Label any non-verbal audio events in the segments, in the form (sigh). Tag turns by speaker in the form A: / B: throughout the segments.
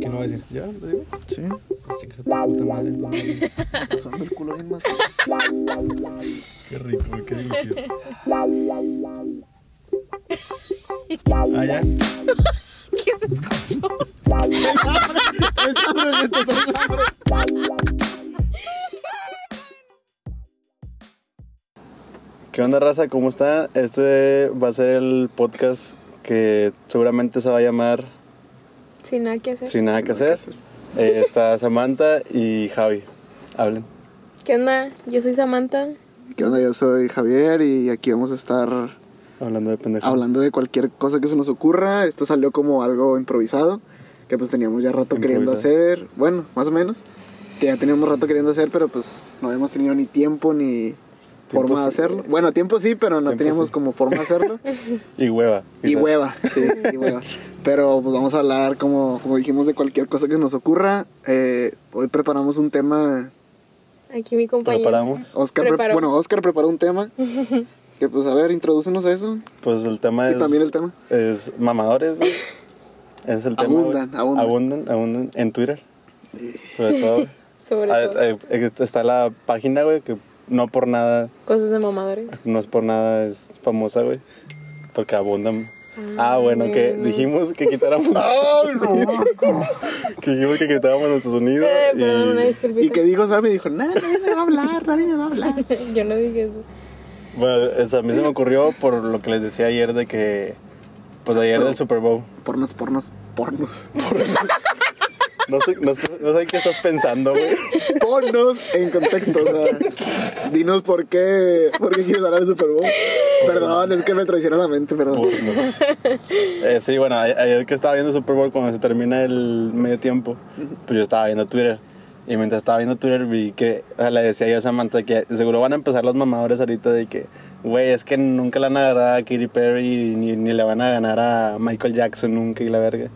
A: ¿Qué no va a decir? ¿Ya? ¿Lo digo?
B: Sí.
A: Pues chica, tu puta madre.
B: me Está sudando el culo bien más.
A: (laughs) Qué rico, qué delicioso.
B: (laughs)
A: Ah, ya.
C: ¿Qué se escuchó?
B: Es hambre, gente, es hambre. ¿Qué onda, raza? ¿Cómo está? Este va a ser el podcast que seguramente se va a llamar
D: Sin nada que hacer.
B: Sin nada que hacer. Eh, está Samantha y Javi. Hablen.
D: ¿Qué onda? Yo soy Samantha.
E: ¿Qué onda? Yo soy Javier y aquí vamos a estar
B: Hablando de pendejo.
E: hablando de cualquier cosa que se nos ocurra. Esto salió como algo improvisado, que pues teníamos ya rato queriendo
B: Improvisado.
E: hacer, bueno, más o menos, que ya teníamos rato queriendo hacer, pero pues no habíamos tenido ni tiempo ni
B: Tiempo
E: forma de
B: sí.
E: hacerlo. Bueno, tiempo sí, pero no
B: Tiempo
E: teníamos
B: sí.
E: como forma de
B: (laughs)
E: hacerlo.
B: Y hueva.
E: y
B: quizás.
E: hueva, sí, y hueva. Pero pues vamos a hablar, como, como dijimos, de cualquier cosa que se nos ocurra. Eh, hoy preparamos un tema
D: Aquí mi compañero.
B: Preparamos.
E: Oscar, pre-
D: Preparó.
E: bueno, Oscar preparó un
D: (laughs)
E: tema. Que pues a ver, introdúcenos a eso.
B: Pues el tema
E: Y
B: es.
E: también el tema.
B: Es mamadores, güey. Es el tema.
E: Abundan,
B: güey.
E: abundan.
B: Abundan, abundan en Twitter.
E: (laughs)
B: Sobre todo.
D: Sobre
B: Ah,
D: todo.
B: eh, eh, está la página, güey, que no por nada,
D: Cosas de mamadores.
B: no es por nada, es famosa, güey. Porque abundan. Ah, bueno, que
D: Mm.
B: dijimos
D: (laughs)
B: que quitáramos. (laughs) que dijimos que quitábamos nuestro sonido.
D: Eh, perdón, una
B: y,
D: disculpita.
E: Y que dijo Sammy, dijo, nada, nadie me va a
D: (laughs)
E: hablar, nadie me va a hablar.
D: Yo no dije eso.
B: bueno, eso a mí se me ocurrió por lo que les decía ayer de que. Pues ayer del Super Bowl.
E: Pornos, pornos, pornos.
B: No sé, no sé- no sé qué estás pensando, güey.
E: Pornos en contexto, o
D: (laughs)
E: sea, dinos por qué, por qué quieres hablar del Super Bowl. Perdón, es que me traicionó la mente, perdón.
B: Pornos.
D: (laughs)
B: Eh, sí, bueno, a- ayer que estaba viendo Super Bowl cuando se termina el medio tiempo, pues yo estaba viendo Twitter. Y mientras estaba viendo Twitter vi que, o sea, le decía yo a Samantha que seguro van a empezar los mamadores ahorita de que, güey, es que nunca le van a ganar a Katy Perry ni, ni le van a ganar a Michael Jackson nunca y la verga.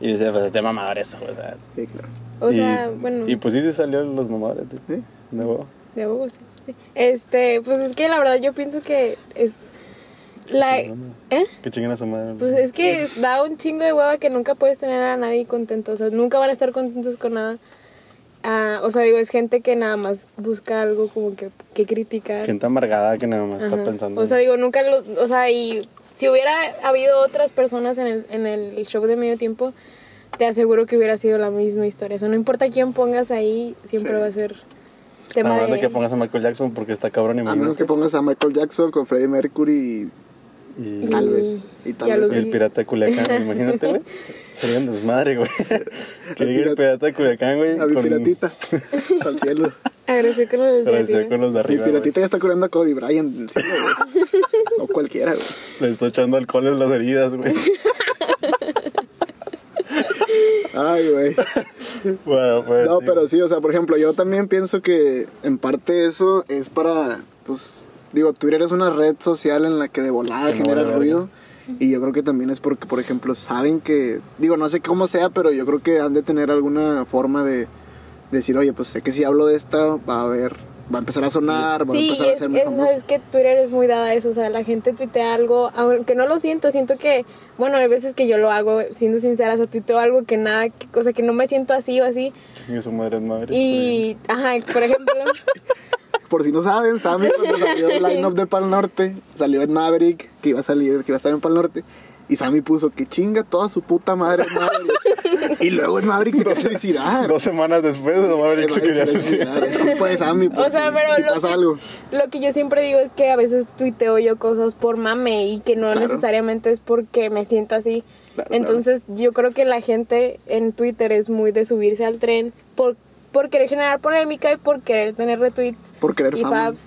B: Y dice, pues este mamador eso, o sea.
E: Sí, claro.
D: O
B: y,
D: sea, bueno,
B: Y pues sí, sí salieron los mamadores, sí.
E: Sí.
B: De huevo.
D: de huevos. sí, sí. Este, pues es que la verdad yo pienso que es la ¿Eh?
B: Que chinguen a su madre.
D: Pues es que da un chingo de hueva que nunca puedes tener a nadie contento. O sea, nunca van a estar contentos con nada. Ah, o sea, digo, es gente que nada más busca algo como que, que criticar.
B: Gente amargada que nada más está
D: Ajá.
B: pensando.
D: O sea, digo, nunca lo. O sea, y si hubiera habido otras personas en el, en el show de medio tiempo, te aseguro que hubiera sido la misma historia. O sea, no importa quién pongas ahí, siempre va a ser
B: a
D: tema
B: menos de
D: de. Ah,
B: que pongas a Michael Jackson porque está cabrón y
E: A menos que pongas a Michael Jackson con Freddie Mercury (laughs)
B: Y,
E: y tal vez. Y
D: Y a
E: tal
B: y
D: los-
E: vez.
B: el pirata de
E: (laughs)
B: Culiacán, imagínate, güey. Sería un desmadre, güey. Que diga el
E: pirata-
B: pirata de Culiacán, güey.
E: A mi
B: con- (laughs)
E: piratita. Al cielo.
D: Agradecer con el
B: Parecía con
D: alternativo.
B: los
E: Mi
B: de arriba.
E: piratita ya está curando a Kobe Bryant. en serio, güey. No cualquiera, güey.
B: güey. Le está echando alcohol en las heridas, güey.
E: (laughs) Ay, güey.
B: Bueno, pues.
E: No,
B: sí,
E: pero
B: güey.
E: sí, o sea, por ejemplo, yo también pienso que en parte eso es para, pues, digo, Twitter es una red social en la que de volada
B: Que no
E: genera
B: vale
E: ruido. Y yo creo que también es porque, por ejemplo, saben que, digo, no sé cómo sea, pero yo creo que han de tener alguna forma de decir, oye, pues sé que si hablo de esta, va a haber, va a empezar a sonar, va a
D: Sí,
E: empezar a
D: es,
E: hacerme
D: es-
E: famoso.
D: es que Twitter es muy dada a eso, o sea, la gente tuitea algo, aunque no lo sienta, siento que, bueno, hay veces que yo lo hago, siendo sincera, o sea, tuiteo algo que nada, que, o sea, que no me siento así o así,
B: Chingue su madre es madre.
D: y, ajá, por ejemplo,
B: (laughs)
E: Por si no saben,
D: (laughs)
E: Sammy cuando salió el line-up de Pal Norte, salió en Maverick, que iba a salir, que iba a estar en Pal Norte. Y Sammy puso que chinga toda su puta madre en
D: (laughs)
E: Maverick. y luego en Maverick se quería suicidar.
B: Dos semanas después, no Maverick se quería suicidar.
E: Es culpa de Sammy. pues,
D: O sea, pero
E: si
D: lo,
E: pasa
D: que,
E: algo.
D: lo que yo siempre digo es que a veces tuiteo yo cosas por mame y que no
E: Claro.
D: necesariamente es porque me siento así.
E: Claro,
D: Entonces yo creo que la gente en Twitter es muy de subirse al tren por, por querer generar polémica y por querer tener retweets
E: Por querer
D: y
E: fama.
D: fabs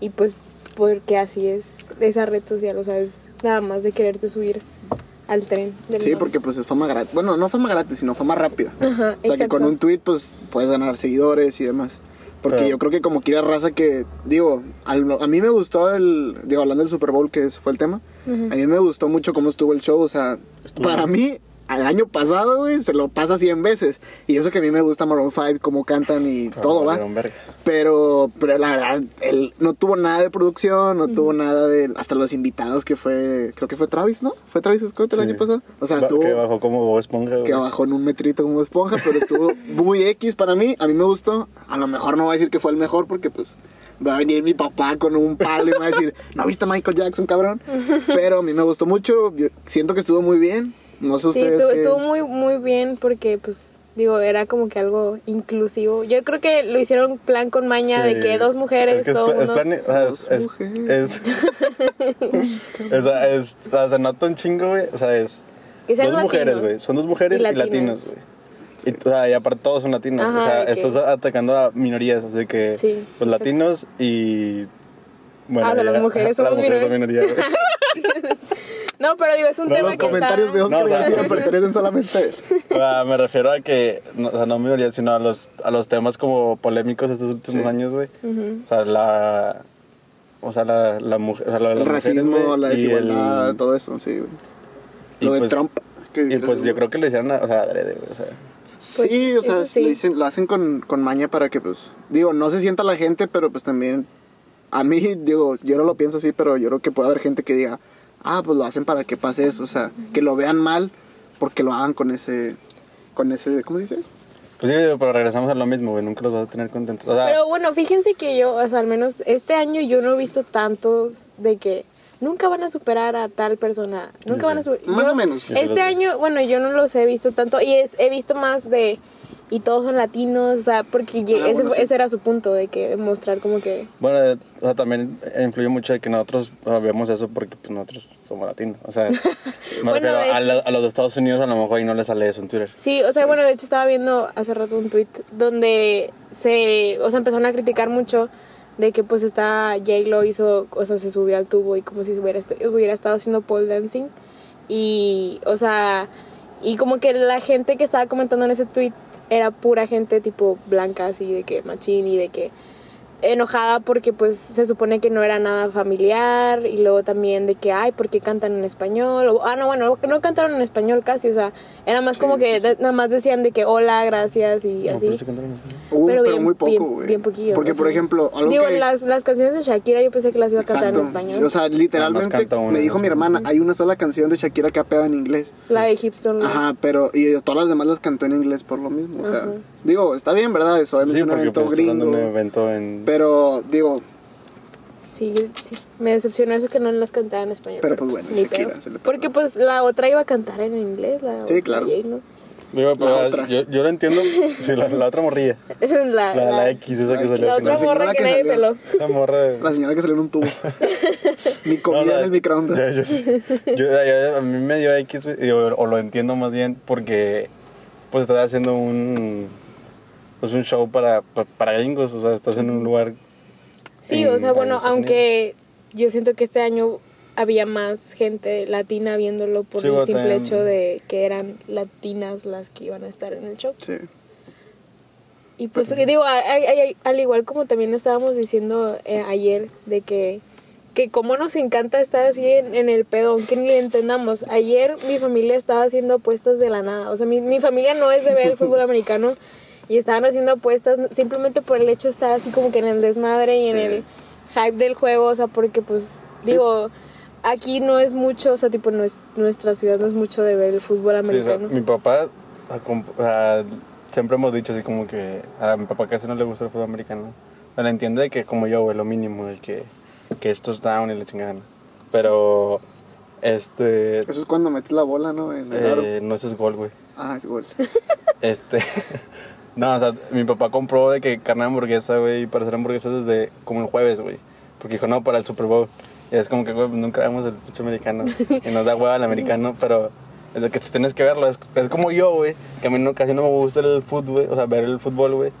D: y pues porque así es esa red social, o sea, es nada más de quererte subir al tren. del
E: Sí,
D: mame.
E: porque pues es fama gratis. Bueno, no fama gratis, sino fama rápida.
D: Ajá,
E: o sea, que
D: exacto.
E: con un tweet pues puedes ganar seguidores y demás. Porque
B: Pero-
E: yo creo que como quiera raza que, digo, al- a mí me gustó el, digo, hablando del Super Bowl, que ese fue el tema, a mí me gustó mucho cómo estuvo el show, o sea, para mí al año pasado, güey, se lo pasa 100 veces. Y eso que a mí me gusta Maroon 5, cómo cantan y (laughs) todo, va.
B: valieron Ah, verga.
E: Pero, pero la verdad, él no tuvo nada de producción, no tuvo nada de. Hasta los invitados que fue. Creo que fue Travis, ¿no? Fue Travis Scott el
B: Sí.
E: año pasado. O sea,
B: Ba-
E: estuvo.
B: Que bajó como Bob Esponja, güey.
E: que bajó en un metrito como esponja, pero
B: (laughs)
E: estuvo muy X para mí. A mí me gustó. A lo mejor no voy a decir que fue el mejor porque, pues, va a venir mi papá con un palo y me va a decir, (laughs) ¿no viste a Michael Jackson,
D: (laughs)
E: cabrón? Pero a mí me gustó mucho. Yo siento que estuvo muy bien. No sé
D: Sí,
E: ustedes.
D: estuvo,
E: qué-
D: estuvo muy, muy bien porque, pues, digo, era como que algo inclusivo. Yo creo que lo hicieron plan con maña
B: Sí.
D: de que dos mujeres,
B: Es que es
D: todo
B: pla- es
D: mundo-
B: plane- o sea, es-
E: Dos
B: es- (laughs)
E: mujeres.
B: es- o sea, es- o sea, se nota un chingo, güey. O sea, es.
D: Que sean
B: dos mujeres,
D: latinos.
B: güey. Son dos mujeres
D: Y
B: y,
D: latinas.
B: latinos, güey. Y, o sea, y aparte todos son latinos.
D: Ajá,
B: o sea,
D: de que-
B: estás atacando a minorías. Así que,
D: Sí, exacto.
B: pues latinos y. Bueno,
D: Ah, o sea, las
B: (laughs)
D: mujeres
B: las
D: somos
B: mujeres son minorías. güey.
D: No, pero digo, es un
B: No,
D: tema
E: Los
D: que
E: comentarios
D: está-
E: de Oscar
B: No,
E: (laughs)
B: o sea,
E: García
B: sí.
E: pertenecen solamente
B: (laughs)
E: a él.
D: (laughs)
B: O sea, me refiero a que, no, o sea, no minorías, sino a los, a los temas como polémicos estos últimos
E: Sí.
B: años, güey. O sea, la. O sea, la, la mujer. O sea, lo de las
E: El
B: mujeres,
E: racismo,
B: güey,
E: la
B: y el-
E: desigualdad, todo eso, sí, güey.
B: y
E: Lo de
B: pues-
E: Trump. que-
B: Y pues yo creo que lo hicieron, a- o sea, adrede, güey. O sea,
E: sí, o
D: Pues,
E: sea,
D: eso sí.
E: le dicen- lo hacen con, con maña para que, pues, digo, no se sienta la gente, pero pues también, a mí, digo, yo no lo pienso así, pero yo creo que puede haber gente que diga, ah, pues lo hacen para que pase eso, o sea, que lo vean mal porque lo hagan con ese, con ese, ¿cómo se dice?
B: pues sí, pero regresamos a lo mismo, güey. Nunca los vas a tener contentos. O sea,
D: Pero bueno, fíjense que yo, o sea, al menos este año yo no he visto tantos de que nunca van a superar a tal persona. Nunca van a superar.
E: Más o menos.
B: sí los
D: Este
B: veo.
D: año, bueno, yo no los he visto tanto y es, he visto más de. Y todos son latinos, o sea, porque ye-
E: Ah,
D: ese,
E: bueno,
D: fue-
E: sí.
D: ese era su punto, de que mostrar como que.
B: Bueno, eh, o sea, también influye mucho de que nosotros o sea, vemos eso porque pues, nosotros somos latinos.
D: (laughs)
B: O sea, me
D: Bueno,
B: refiero
D: de
B: a,
D: hecho-
B: la- a los de Estados Unidos, a lo mejor ahí no les sale eso en Twitter.
D: Sí, o sea, bueno, de hecho estaba viendo hace rato un tweet donde se, o sea, empezaron a criticar mucho de que pues está Jake lo hizo, o sea, se subió al tubo y como si hubiera, est- hubiera estado haciendo pole dancing y, o sea, y como que la gente que estaba comentando en ese tweet era pura gente tipo blanca así de que machín y de que enojada porque pues se supone que no era nada familiar y luego también de que ay por qué cantan en español o, ah no bueno no cantaron en español casi o sea era más como que de- nada más decían de que hola gracias y
B: No, pues, pero
D: así
B: se cantaron en español.
E: Uh, pero,
D: Pero bien-
E: muy poco,
D: bien-
E: güey.
D: bien poquillo,
E: Porque,
D: o
E: por
D: sea,
E: ejemplo, algo
D: digo
E: que...
D: las, las canciones de Shakira yo pensé que las iba a cantar en
E: Exacto.
D: español
E: O sea, literalmente
B: canta una,
E: me dijo
B: ¿no?
E: mi hermana, hay una sola canción de Shakira que ha pegado en inglés.
D: la de Gibson
E: Ajá, pero y todas las demás las cantó en inglés por lo mismo. O sea, digo, está bien, ¿verdad? Eso obviamente
B: Sí,
E: es un
B: porque
E: evento
B: pues, estás dando
E: gringo.
B: un evento en.
E: Pero, digo,
D: Sí, yo- sí, me decepcionó eso que no las cantaba en español.
E: Pero, pues, bueno,
D: ni
E: Shakira
D: pedo.
E: se le perdona.
D: Porque pues la otra iba a cantar en inglés, la
E: Sí,
D: otra
E: claro.
D: Jay, ¿no? (laughs)
B: Digo, pero,
E: la otra.
B: Yo, yo lo entiendo. Sí, la, la
D: (laughs)
B: otra morrilla.
D: la,
B: La, la,
D: la-
B: X, esa que
E: la-
B: salió
D: la
B: al
D: otra
B: final.
E: señora
D: morra que,
E: que
D: nadie
E: salió.
D: peló.
B: Esa morra.
E: la señora que salió en un (laughs) tubo. Mi comida
B: No, o sea,
E: en el microondas.
B: Yo, yo sí. Yo- yo- a mí me dio X, güey, y- o, o lo entiendo más bien, porque pues estás haciendo un, pues, un show para, pa- para gringos, o sea, estás en un lugar...
D: Sí,
B: en-
D: o sea,
B: en
D: bueno,
B: Estados
D: aunque yo siento que este año había más gente latina viéndolo por
B: Sí,
D: el
B: bueno,
D: simple
B: también.
D: hecho de que eran latinas las que iban a estar en el show.
E: Sí.
D: Y pues que digo, a- a- a- al igual como también estábamos diciendo eh, ayer, de que, que como nos encanta estar así en, en el pedo, aunque ni le entendamos. Ayer mi familia estaba haciendo apuestas de la nada. O sea, mi, mi familia no es de ver el
B: (laughs)
D: fútbol americano y estaban haciendo apuestas simplemente por el hecho de estar así como que en el desmadre y en
E: Sí.
D: el hype del juego. O sea, porque pues, digo, aquí no es mucho, o sea, tipo, no es- nuestra ciudad no es mucho de ver el fútbol
B: Sí, o sea,
D: americano.
B: mi papá, o sea, com- o sea, siempre hemos dicho así como que a mi papá casi no le gusta el fútbol americano. O sea, entiende que como yo, güey, lo mínimo, de que, que esto es down y le chingan. Pero, este,
E: Eso es cuando metes la bola, ¿no? En el aro.
B: eh, no eso es gol, güey.
E: Ah, es
B: (laughs)
E: gol.
B: Este. (laughs) No, o sea, mi papá compró de que carne de hamburguesa, güey, para hacer hamburguesas desde como el jueves, güey. Porque dijo, no, para el Super Bowl. Y es como que, güey, pues, nunca vemos el pinche americano. Y nos da hueva
D: (laughs)
B: el americano, pero es lo que pues, tienes que verlo. Es, es como yo, güey, que a mí no, casi no me gusta el fútbol, güey, o sea, ver el fútbol, güey.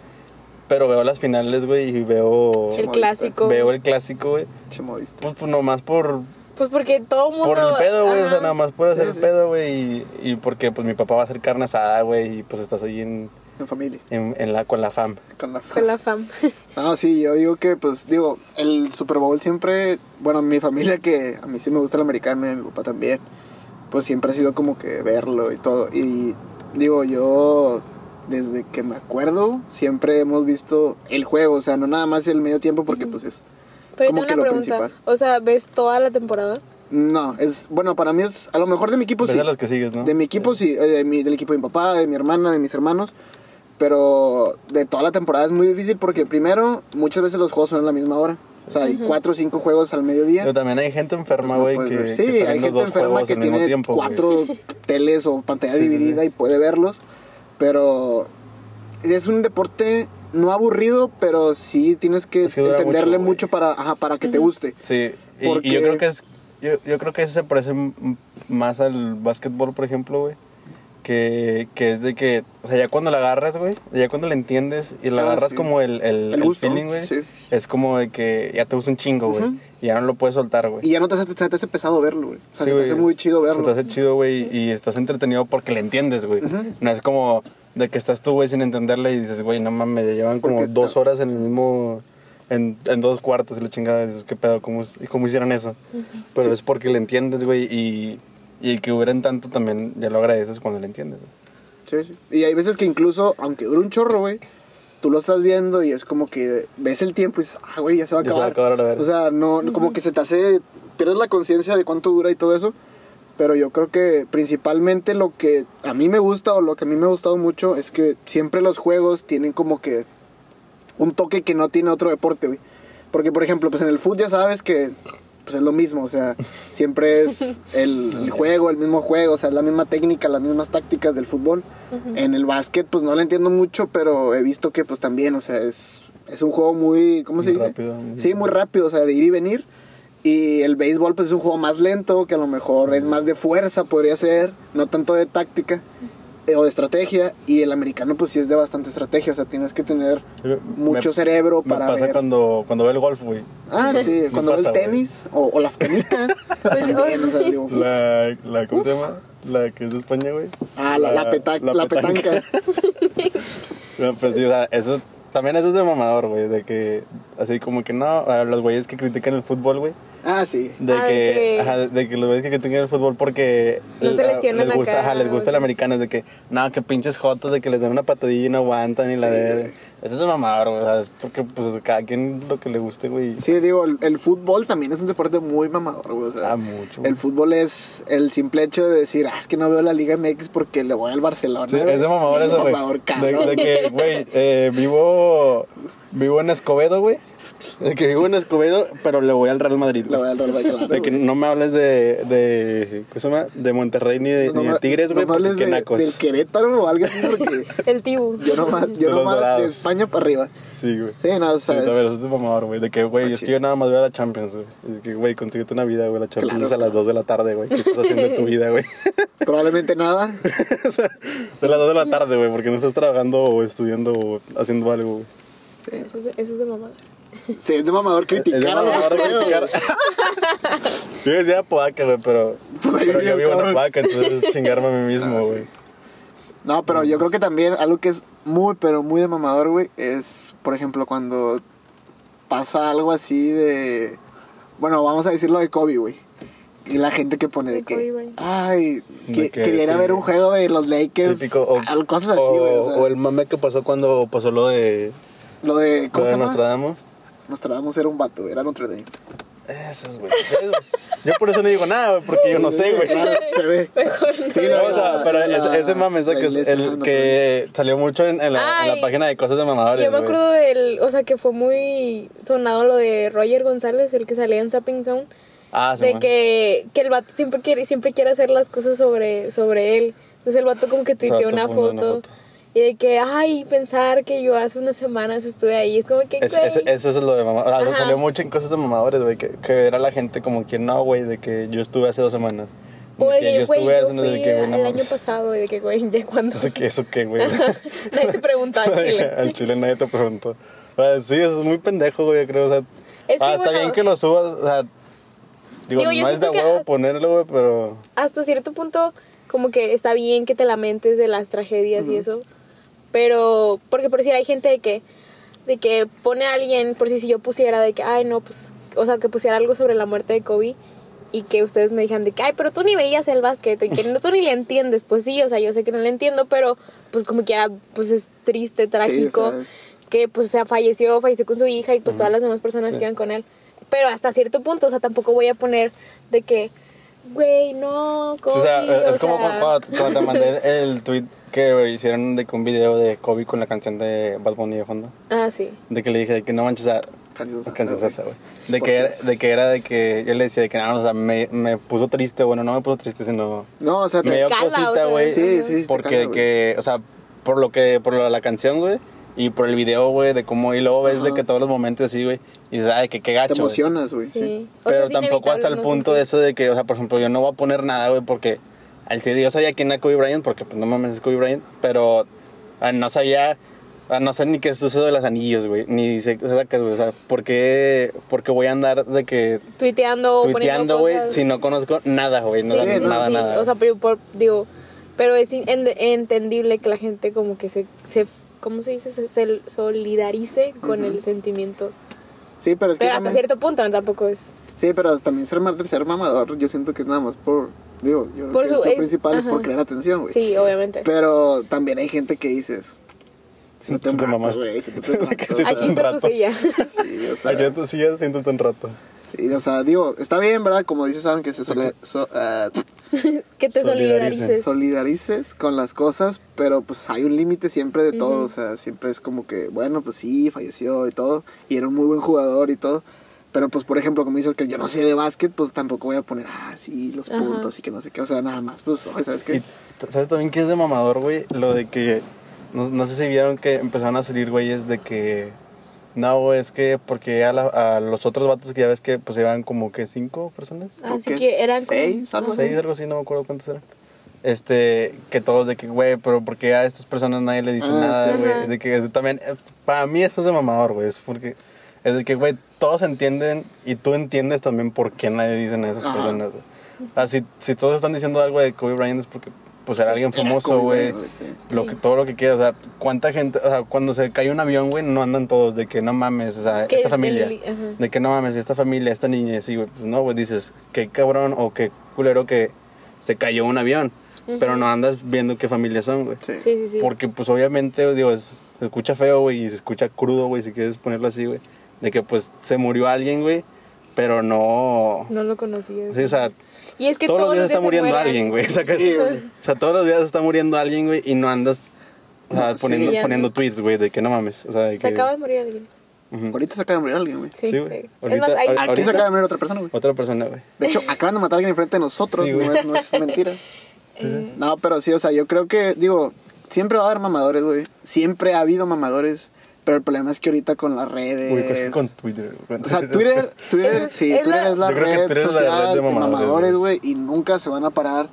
B: Pero veo las finales, güey, y veo.
D: el clásico.
B: Veo el clásico, güey.
E: Che modista.
B: Pues, pues nomás por,
D: Pues porque todo mundo...
B: por el pedo, güey. O sea,
D: Ajá.
B: nada más por hacer
E: Sí,
B: el
E: sí.
B: pedo, güey. Y, y porque, pues, mi papá va a hacer carne asada, güey, y pues estás ahí en
E: En familia.
B: en, en la, con la fam.
E: Con la
D: Con
E: (laughs)
D: la fam.
E: No, sí, yo digo que, pues, digo, el Super Bowl siempre, bueno, mi familia que a mí sí me gusta el americano y a mi papá también, pues siempre ha sido como que verlo y todo. Y digo, yo desde que me acuerdo siempre hemos visto el juego, o sea, no nada más el medio tiempo porque pues es...
D: Pero
E: como
D: yo
E: que
D: tengo una
E: lo
D: pregunta.
E: principal.
D: O sea, ¿ves toda la temporada?
E: No, es... Bueno, para mí es... A lo mejor de mi equipo
B: Pues
E: sí.
B: de los que sigues, ¿no?
E: De mi equipo, sí, eh, de mi- del equipo de mi papá, de mi hermana, de mis hermanos. Pero de toda la temporada es muy difícil porque primero muchas veces los juegos son a la misma hora. O sea, hay cuatro o cinco juegos al mediodía.
B: Pero también hay gente enferma,
E: No
B: güey,
E: puedes
B: que,
E: ver. sí,
B: que está
E: hay
B: viendo
E: gente
B: dos
E: enferma
B: juegos
E: que
B: al mismo
E: tiene
B: tiempo, güey.
E: cuatro teles o pantalla
B: Sí, sí,
E: dividida
B: sí.
E: y puede verlos. Pero es un deporte no aburrido, pero sí tienes que,
B: Es que dura
E: entenderle mucho,
B: mucho, güey.
E: para, ajá, para que te guste.
B: Sí, y,
E: Porque-
B: y yo creo que es. Yo, yo creo que ese se parece m- más al básquetbol, por ejemplo, güey. Que, que es de que. O sea, ya cuando la agarras, güey. Ya cuando la entiendes y la
E: Ah,
B: agarras
E: sí.
B: como el, el,
E: El
B: el
E: gusto,
B: feeling, güey.
E: sí.
B: Es como de que ya te gusta un chingo, güey.
E: Ujú.
B: Y ya no lo puedes soltar, güey.
E: Y ya no te hace, se te hace pesado verlo, güey. O sea,
B: Sí,
E: se te
B: güey.
E: hace muy chido verlo.
B: Se te hace chido, güey, y estás entretenido porque le entiendes, güey. No es como de que estás tú, güey, sin entenderle y dices, güey, no mames, ya llevan como
E: Porque-
B: dos horas en el mismo... En, en dos cuartos y la chingada, dices, qué pedo, cómo, es- cómo hicieron eso. Pero es porque le entiendes, güey, y, y que hubieran tanto también ya lo agradeces cuando le entiendes. güey.
E: Sí, sí. Y hay veces que incluso, aunque dure un chorro, güey, tú lo estás viendo y es como que ves el tiempo y dices, ah, güey, ya se va a
B: Ya se va a
E: acabar.
B: acabar a la verga.
E: o sea, no, no- como que se te hace, pierdes la conciencia de cuánto dura y todo eso. Pero yo creo que principalmente lo que a mí me gusta o lo que a mí me ha gustado mucho es que siempre los juegos tienen como que un toque que no tiene otro deporte, güey. Porque, por ejemplo, pues en el fútbol ya sabes que pues es lo mismo, o
B: (laughs)
E: sea, siempre es el, el juego, el mismo juego, o sea, es la misma técnica, las mismas tácticas del fútbol. En el básquet, pues no lo entiendo mucho, pero he visto que pues también, o sea, es, es un juego muy, ¿cómo se
B: Muy
E: dice?
B: rápido, muy
E: sí, muy rápido, o sea, de ir y venir. Y el béisbol, pues es un juego más lento, que a lo mejor es más de fuerza, podría ser, no tanto de táctica eh, o de estrategia. Y el americano, pues sí es de bastante estrategia, o sea, tienes que tener
B: Me-
E: mucho
B: me-
E: cerebro
B: Me
E: para
B: pasa
E: ver.
B: cuando, cuando veo el golf, güey.
E: Ah, sí,
B: me
E: cuando ve
B: pasa,
E: el
B: güey.
E: tenis o, o las
B: (laughs)
E: canicas. (laughs) también, o sea, digo,
B: La, la, ¿Cómo se llama? La que es de España, güey.
E: ah, la, la, peta- la petanca.
B: No, pues sí, o sea, eso también eso es de mamador, güey, de que así como que no, a los güeyes que critican el fútbol, güey,
E: (laughs) Ah, sí.
B: de
D: Ah, de
B: que,
D: que-
B: ajá, de que los güeyes que critican el fútbol porque
D: No se
B: ah,
D: lesionan
B: les gusta,
D: acá,
B: ajá, les gusta el
D: güey.
B: americano, es de que no, que pinches jotos de que les dan una patadilla y no aguantan y la
E: Sí,
B: ver.
E: güey.
B: Eso es de mamador, güey, o sea, es porque pues cada quien lo que le guste, güey.
E: Sí, digo, el, el fútbol también es un deporte muy mamador, güey. O sea,
B: Ah, mucho, güey.
E: El fútbol es el simple hecho de decir, ah, es que no veo la Liga MX porque le voy al Barcelona.
B: Sí,
E: güey".
B: es de mamador eso, güey.
E: Mamador,
B: De,
E: cabrón.
B: de que, güey, eh, vivo, vivo en Escobedo, güey. De que vivo en Escobedo, pero le voy al Real Madrid.
E: Le
B: güey.
E: voy al Real Madrid, claro,
B: De que
E: güey.
B: no me hables de, de ¿cómo se llama? De Monterrey ni de,
E: No
B: ni
E: me-
B: de Tigres, güey,
E: no me
B: porque
E: hables
B: qué
E: de-
B: nacos.
E: Del Querétaro o algo así, porque
D: El tibu.
E: yo
B: (laughs)
E: nomás,
B: De
E: yo
B: los
E: nomás de
B: dorados.
E: España para arriba.
B: Sí, güey.
E: Sí, no, o
B: Sí,
E: sea, es-
B: de verdad, es de mamador, güey. De que, güey,
E: Ah,
B: yo es que
E: chido.
B: yo nada más veo a la Champions, güey. Es que, güey, consíguete una vida, güey. La Champions
E: Claro.
B: es a las 2 de la tarde, güey. ¿Qué estás haciendo de tu vida, güey? (laughs)
E: probablemente nada.
B: o sea, de las 2 de la tarde, güey, porque no estás trabajando o estudiando o haciendo algo, güey.
D: Eso es, eso es de mamá.
E: Sí, es de mamador criticar
B: Es de
E: a los
B: mamador
E: juegos, güey.
B: criticar. (laughs) Yo decía Apodaca, güey, pero,
E: Pues ahí
B: pero yo
E: bien,
B: vivo en
E: cabrón.
B: Apodaca, entonces es chingarme a mí mismo,
E: Ah, sí.
B: güey.
E: No, pero yo creo que también algo que es muy, pero muy de mamador, güey, es, por ejemplo, cuando pasa algo así de. Bueno, vamos a decirlo de Kobe, güey. Y la gente que pone de,
D: De
E: que.
D: Kobe Bryant.
E: Ay,
B: De
E: que-
B: que
E: quería ir a
B: sí.
E: ver un juego de los Lakers.
B: Típico, o-
E: al- cosas así,
B: o-
E: güey. O, sea,
B: o el mame que pasó cuando pasó lo de,
E: lo de.
B: lo
E: ¿Cómo
B: de
E: se llama?
B: Nostradamus.
E: Nostradamus era un vato, güey, era Notre Dame.
B: Esos, güey. Eso. Yo por eso no digo nada, güey, porque yo no sé, güey.
E: Claro, se ve. Sí,
B: No, o sea,
E: la-
B: pero
E: la-
B: ese, ese mame, ese
E: la
B: que es
E: iglesia de
B: el
E: Notre
B: que salió mucho en, en la, en la
D: Ay.
B: página de cosas de mamadores,
D: Yo me
B: güey.
D: acuerdo del, o sea, que fue muy sonado lo de Roger González, el que salía en Zapping Zone,
B: Ah, sí,
D: de que, que el vato siempre quiere, siempre quiere hacer las cosas sobre, sobre él. Entonces el vato como que tuiteó
B: Exacto,
D: una
B: pone
D: foto,
B: una foto.
D: y de que, ay, pensar que yo hace unas semanas estuve ahí, es como que,
B: Es-
D: güey.
B: es- eso es lo de mamadores. O sea,
D: Ajá.
B: salió mucho en cosas de mamadores, güey. Que, que era la gente como que no, güey, de que yo estuve hace dos semanas. De
D: O de
B: que
D: que, güey, yo
B: no sé
D: fui
B: qué, güey,
D: el
B: no
D: año
B: mames.
D: pasado, y de que, güey, (laughs) ya cuando...
B: De que eso (laughs) qué, güey.
D: Nadie te
B: (laughs)
D: preguntó al chile.
B: Al chile nadie te preguntó. O sea, sí, eso es muy pendejo, güey, yo creo. O sea,
D: Es que,
B: ah, está
D: bueno,
B: bien que lo subas. O sea, digo,
D: Digo, yo
B: no es de
D: siento que
B: huevo
D: hasta-
B: ponerlo, güey, pero.
D: hasta cierto punto como que está bien que te lamentes de las tragedias y eso, pero porque por decir hay gente de que de que pone a alguien, por si si yo pusiera de que ay no, pues o sea, que pusiera algo sobre la muerte de Kobe y que ustedes me dijeran de que, ay, pero tú ni veías el básquet y que no, tú ni le entiendes. Pues sí, o sea, yo sé que no le entiendo, pero pues como quiera, pues es triste, trágico,
E: sea, es-
D: que pues o sea, falleció, falleció con su hija y pues todas las demás personas que iban con él. Pero hasta cierto punto, o sea, tampoco voy a poner de que, güey, no,
B: Sí, o sea,
D: Kobe,
B: es
D: o
B: como
D: sea,
B: cuando,
D: (laughs)
B: cuando te mandé el tweet que hicieron de que un video de Kobe con la canción de Bad Bunny de fondo.
D: Ah, sí.
B: De que le dije de que no manches a.
E: Canción sasa,
B: Canción
E: güey.
B: sasa, güey. De que, era, de que era de que yo le decía de que no, o sea, me, me puso triste, bueno, no me puso triste, sino.
E: No, o sea,
B: me dio
D: cala, o
B: cosita,
D: sea,
B: güey.
E: Sí, sí, sí, te
B: Porque
E: cala,
B: de que, o sea, por lo que, por la, la canción, güey. Y por el video, güey, de cómo. Y luego ves de
E: Ajá.
B: que todos los momentos así, güey. Y dices, ay, que qué gacho.
E: te
B: güey.
E: emocionas, güey.
D: Sí.
E: Sí.
D: O sea,
B: Pero
D: es
B: tampoco
D: inevitable
B: hasta el
D: no
B: punto
D: sentir.
B: de eso de que, o sea, por ejemplo, yo no voy a poner nada, güey, porque al chile yo sabía quién era Kobe Bryant, porque pues no mames es Kobe Bryant, pero ah, no sabía, ah, no sé ni qué es eso de los anillos, güey, ni sé, o sea, que, o sea, ¿por qué, por qué voy a andar de que
D: Tuiteando, poniendo
B: tuiteando, güey,
D: cosas.
B: si no conozco nada, güey, no
D: Sí,
B: sabes
D: sí,
B: nada,
D: sí.
B: nada.
D: O sea, pero, por- digo, pero es in- en- entendible que la gente como que se, se ¿cómo se dice? Se, se solidarice con el sentimiento.
E: pero es que
D: Pero hasta
E: también-
D: cierto punto ¿no? tampoco es.
E: Sí, pero también ser, mar- ser mamador, yo siento que es nada más por. Digo, yo creo
D: Por
E: que
D: su-
E: es lo
D: es-
E: principal es por
D: ajá.
E: crear atención, güey.
D: Sí, obviamente.
E: Pero también hay gente que dices. Si
B: Te mamaste.
E: güey. Si no
B: (laughs)
E: te mato,
B: Sí,
D: Aquí está tu
B: rato.
D: silla.
B: (laughs)
E: sí, o sea,
B: Ay, yo te sigo siéntate un rato.
E: sí, o sea, digo, está bien, ¿verdad? Como dices, saben que se sole- so- ah,
D: que te
B: Solidarice.
D: solidarices.
E: solidarices con las cosas, pero pues hay un límite siempre de todo, o sea, siempre es como que, bueno, pues sí, falleció y todo, y era un muy buen jugador y todo, pero pues por ejemplo, como dices que yo no sé de básquet, pues tampoco voy a poner, ah, sí, los
D: Ajá.
E: puntos y que no sé qué, o sea, nada más, pues, ay, ¿sabes
B: Y
E: qué?
B: t- sabes también que es de mamador, güey, lo de que no, no sé si vieron que empezaron a salir güeyes de que no, güey, es que porque a, la- a los otros vatos que ya ves que pues iban como que cinco personas,
E: Creo
D: Así Ah, que eran como-
E: seis, algo así.
B: seis, algo así, no me acuerdo cuántos eran. Este, que todos de que, güey, pero porque a estas personas nadie le dice
E: Ah,
B: nada,
D: sí.
B: güey.
D: Ajá.
B: De que también, eh, para mí eso es de mamador, güey. Es porque, es de que, güey, todos entienden y tú entiendes también por qué nadie dice nada a esas
E: Ajá.
B: personas, güey. Así, si todos están diciendo algo de Kobe Bryant es porque, pues, era alguien
E: Era
B: famoso,
E: como,
B: güey.
E: sí.
B: Lo que, todo lo que quieras, o sea, cuánta gente, o sea, cuando se cae un avión, güey, no andan todos de que no mames, o sea,
D: Que
B: esta
D: el-
B: familia,
D: el- ajá.
B: de que no mames, esta familia, esta niña, y así, güey, pues no, güey, dices, qué cabrón o qué culero que se cayó un avión, pero no andas viendo qué familia son, güey.
E: Sí.
D: Sí, sí, sí.
B: Porque, pues, obviamente, digo, es- se escucha feo, güey, y se escucha crudo, güey, si quieres ponerlo así, güey, de que, pues, se murió alguien, güey, pero no...
D: No lo conocía.
B: Sí, o sea,
D: y es que
B: todos, los días
D: se
B: está muriendo
D: mueran.
B: alguien, güey. sacas-
E: Sí, güey.
B: o sea, todos los días está muriendo alguien, güey, y no andas o sea,
E: No, sí,
B: poniendo,
D: ya no.
B: poniendo tweets, güey, de que no mames. O sea, de
D: Se
B: que-
D: acaba de morir alguien.
B: Ujú.
E: Ahorita se acaba de morir alguien, güey.
D: Sí,
B: Sí, güey.
D: güey. Es
B: Ahorita-
D: más, hay-
B: ahorita-
E: Aquí se acaba de morir otra persona, güey.
B: Otra persona, güey.
E: De
D: (laughs)
E: hecho, acaban de matar a alguien enfrente de nosotros,
B: Sí,
E: no,
B: güey.
E: es, no es mentira. No, pero sí, o sea, yo creo que, digo, siempre va a haber mamadores, güey. Siempre ha habido mamadores, pero el problema es que ahorita con las redes...
B: Uy, es que con Twitter, güey.
E: O sea,
D: (laughs)
E: Twitter, Twitter,
D: pues, Es-
E: sí,
D: es
E: Twitter
D: la-
E: es la
B: Yo creo que
E: red
B: Twitter es la
E: social
B: red de
E: de
B: mamadores,
E: mamadores, güey, y nunca se van a parar.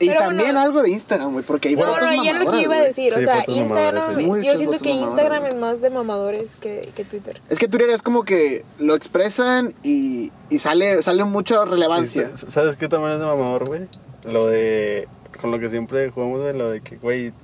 E: Y
D: Pero
E: también
D: bueno-
E: algo de Instagram, güey, porque hay
D: No,
E: fotos
D: no, ya
E: mamadoras,
D: lo que iba a
E: güey.
D: decir, o
B: Sí,
D: sea,
B: fotos mamadoras,
D: Instagram,
E: sí.
D: yo
E: Muchas
D: siento
E: fotos
D: que
E: mamadoras,
D: Instagram
E: güey.
D: es más de mamadores que, que Twitter.
E: Es que Twitter es como que lo expresan y, y sale, sale mucha
B: (laughs)
E: relevancia.
B: S- Este, ¿Sabes qué también es de mamador, güey? Lo de. Con lo que siempre jugamos, güey, lo de que, güey.